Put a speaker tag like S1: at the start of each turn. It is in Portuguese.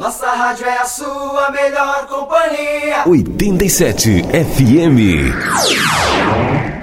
S1: Nossa rádio é a sua melhor companhia.
S2: 87 FM.